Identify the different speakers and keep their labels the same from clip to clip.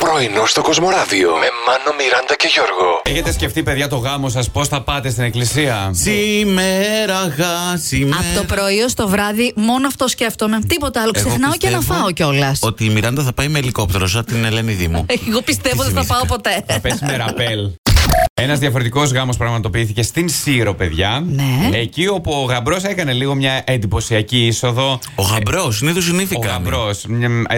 Speaker 1: Πρωινό στο Κοσμοράδιο με Μάνο, Μιράντα και Γιώργο.
Speaker 2: Έχετε σκεφτεί, παιδιά, το γάμο σας πώς θα πάτε στην εκκλησία.
Speaker 3: Σήμερα, γα, σήμερα.
Speaker 4: Από το πρωί ως το βράδυ, μόνο αυτό σκέφτομαι. Τίποτα άλλο.
Speaker 3: Εγώ
Speaker 4: Ξεχνάω και να
Speaker 3: πιστεύω
Speaker 4: φάω κιόλας.
Speaker 3: Ότι η Μιράντα θα πάει με ελικόπτερο, σαν την Ελένη Δήμου.
Speaker 4: Εγώ πιστεύω
Speaker 3: Τι
Speaker 4: δεν
Speaker 3: θυμήθηκα.
Speaker 4: θα πάω ποτέ.
Speaker 2: θα πέσει με ραπέλ. Ένας διαφορετικός γάμος πραγματοποιήθηκε στην Σύρο, παιδιά.
Speaker 4: Ναι.
Speaker 2: Εκεί όπου ο γαμπρός έκανε λίγο μια εντυπωσιακή είσοδο.
Speaker 3: Ο γαμπρός, συνήθως συνήθηκα.
Speaker 2: Ο γαμπρό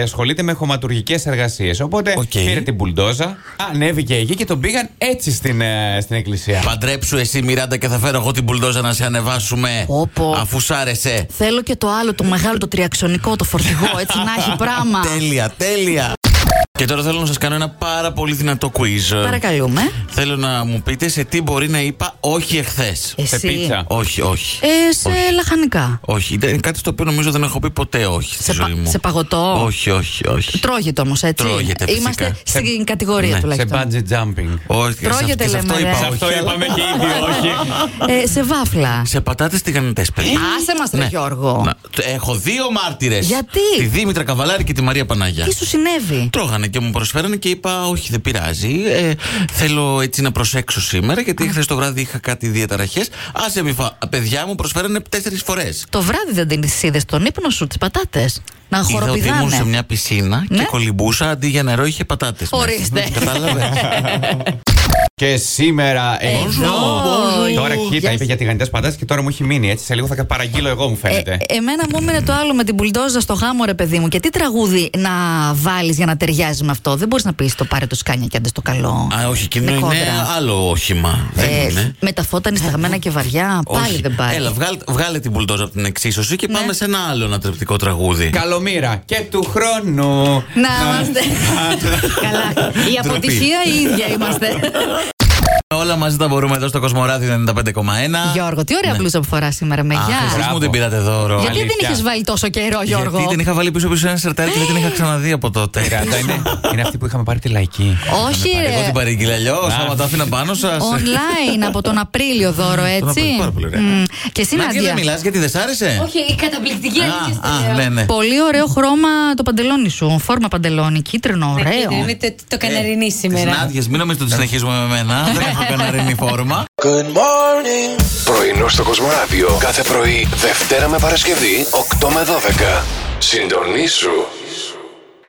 Speaker 2: ασχολείται με χωματουργικές εργασίες. Οπότε
Speaker 3: Οκ.
Speaker 2: πήρε την μπουλντόζα, ανέβηκε εκεί και τον πήγαν έτσι στην, ε, στην εκκλησία.
Speaker 3: Παντρέψου εσύ, Μιράντα, και θα φέρω εγώ την μπουλντόζα να σε ανεβάσουμε.
Speaker 4: Πω, πω.
Speaker 3: Αφού σ' άρεσε.
Speaker 4: Θέλω και το άλλο, το μεγάλο, το τριαξονικό, το φορτηγό. Έτσι να έχει πράγμα.
Speaker 3: Τέλεια, τέλεια. Και τώρα θέλω να σας κάνω ένα πάρα πολύ δυνατό quiz.
Speaker 4: Παρακαλούμε.
Speaker 3: Θέλω να μου πείτε σε τι μπορεί να είπα όχι εχθές.
Speaker 2: σε
Speaker 4: Εσύ.
Speaker 2: πίτσα.
Speaker 3: Όχι, όχι.
Speaker 4: Ε, σε λαχανικά.
Speaker 3: Όχι, ήταν κάτι στο οποίο νομίζω δεν έχω πει ποτέ όχι στη
Speaker 4: Σε,
Speaker 3: ζωή
Speaker 4: πα-
Speaker 3: μου.
Speaker 4: σε παγωτό.
Speaker 3: Όχι, όχι, όχι.
Speaker 4: Τρώγεται όμως, έτσι.
Speaker 3: Τρώγεται, φυσικά.
Speaker 4: Είμαστε
Speaker 3: Σε-
Speaker 4: στην κατηγορία
Speaker 3: ναι,
Speaker 2: Σε
Speaker 4: τουλάχιστον.
Speaker 2: bungee jumping.
Speaker 3: Όχι, σε
Speaker 4: Τρώγεται,
Speaker 3: αυτό- και σε
Speaker 4: λέμε,
Speaker 3: αυτό
Speaker 4: ρε.
Speaker 3: είπα
Speaker 4: Σε
Speaker 3: όχι.
Speaker 2: Αυτό
Speaker 3: αλλά-
Speaker 2: είπαμε και ήδη, όχι.
Speaker 4: Ε, σε βάφλα.
Speaker 3: Σε πατάτες τηγανιτές, παιδιά.
Speaker 4: Άσε μας, ρε, Γιώργο.
Speaker 3: ναι. Να- τ- Έχω δύο μάρτυρες.
Speaker 4: Γιατί?
Speaker 3: Τη Δήμητρα Καβαλάρη και τη Μαρία Παναγιά.
Speaker 4: Τι σου συνέβη.
Speaker 3: Τρώγανε και μου προσφέρανε και είπα: Όχι, δεν πειράζει. Ε, θέλω έτσι να προσέξω σήμερα, γιατί χθες το βράδυ είχα κάτι διαταραχές. Άσε μη φα... Παιδιά μου προσφέρανε τέσσερις φορές.
Speaker 4: Το βράδυ δεν την είδες τον ύπνο σου, τις πατάτες. Να
Speaker 3: Είδα ότι ήμουν σε
Speaker 4: χοροπηδάνε.
Speaker 3: μια πισίνα και
Speaker 4: Ναι.
Speaker 3: κολυμπούσα αντί για νερό είχε πατάτες.
Speaker 4: Ορίστε.
Speaker 3: Κατάλαβες.
Speaker 2: Και σήμερα
Speaker 4: Ε, Εδώ.
Speaker 2: Τώρα κοίτα,
Speaker 4: Γεια
Speaker 2: είπε
Speaker 4: σας.
Speaker 2: για τη πατά και τώρα μου έχει μείνει έτσι. Σε λίγο θα παραγγείλω εγώ, μου
Speaker 4: Ε,
Speaker 2: φαίνεται.
Speaker 4: εμένα μου έμεινε το άλλο με την μπουλντόζα στο γάμο, ρε παιδί μου. Και τι τραγούδι να βάλεις για να ταιριάζει με αυτό. Δεν μπορείς να πεις το πάρε το σκάνια και άντε στο καλό.
Speaker 3: Α, όχι, εκείνο είναι,
Speaker 4: κόντρα.
Speaker 3: άλλο όχημα.
Speaker 4: Ε,
Speaker 3: δεν είναι.
Speaker 4: με τα φώτα νησταγμένα και βαριά. Πάλι
Speaker 3: Όχι.
Speaker 4: δεν πάει. Ναι.
Speaker 3: Έλα, βγάλε, βγάλε την μπουλντόζα από την εξίσωση και πάμε σε ένα άλλο ανατρεπτικό τραγούδι.
Speaker 2: Καλομήρα και του χρόνου.
Speaker 4: Να είμαστε. Καλά. Η
Speaker 3: Ντροπή.
Speaker 4: αποτυχία η ίδια είμαστε.
Speaker 3: Όλα μαζί τα μπορούμε εδώ στο Κοσμοράδιο 95,1.
Speaker 4: Γιώργο, τι
Speaker 3: Ναι.
Speaker 4: ωραία μπλούζα που φοράς σήμερα με
Speaker 3: Αχ, εσείς
Speaker 4: γεια.
Speaker 3: μου την πήρατε δώρο.
Speaker 4: Γιατί δεν
Speaker 2: Αλήθεια.
Speaker 4: είχες βάλει τόσο καιρό, Γιώργο. Ε.
Speaker 3: Γιατί την είχα βάλει πίσω πίσω σε ένα σερτάρι και δεν την είχα ξαναδεί από τότε.
Speaker 2: Κρατά, είναι, είναι αυτή που είχαμε πάρει τη λαϊκή.
Speaker 4: Όχι,
Speaker 3: Εγώ
Speaker 4: ρε.
Speaker 3: την παρήγγειλα αλλιώ. Άμα το άφηνα πάνω σας.
Speaker 4: Online από τον Απρίλιο δώρο, έτσι.
Speaker 3: Απρίλιο, πάρα πολύ ωραία.
Speaker 4: Μμ. Και εσύ,
Speaker 3: Να και δεν
Speaker 4: Νάντια.
Speaker 3: μιλάς γιατί δεν σ' άρεσε.
Speaker 5: Όχι, η καταπληκτική αλήθεια
Speaker 3: Α,
Speaker 5: στο
Speaker 3: α, ναι, ναι.
Speaker 4: Πολύ ωραίο χρώμα το παντελόνι σου. Φόρμα παντελόνι, κίτρινο, ωραίο.
Speaker 5: Είναι το, το καναρινί σήμερα.
Speaker 3: Συνάδειε, μην νομίζετε ότι συνεχίζουμε με μένα. Δεν έχω κανένα φόρμα.
Speaker 1: Πρωινό στο Κοσμοράδιο κάθε πρωί, Δευτέρα με Παρασκευή, 8 με 12. Συντονίσου.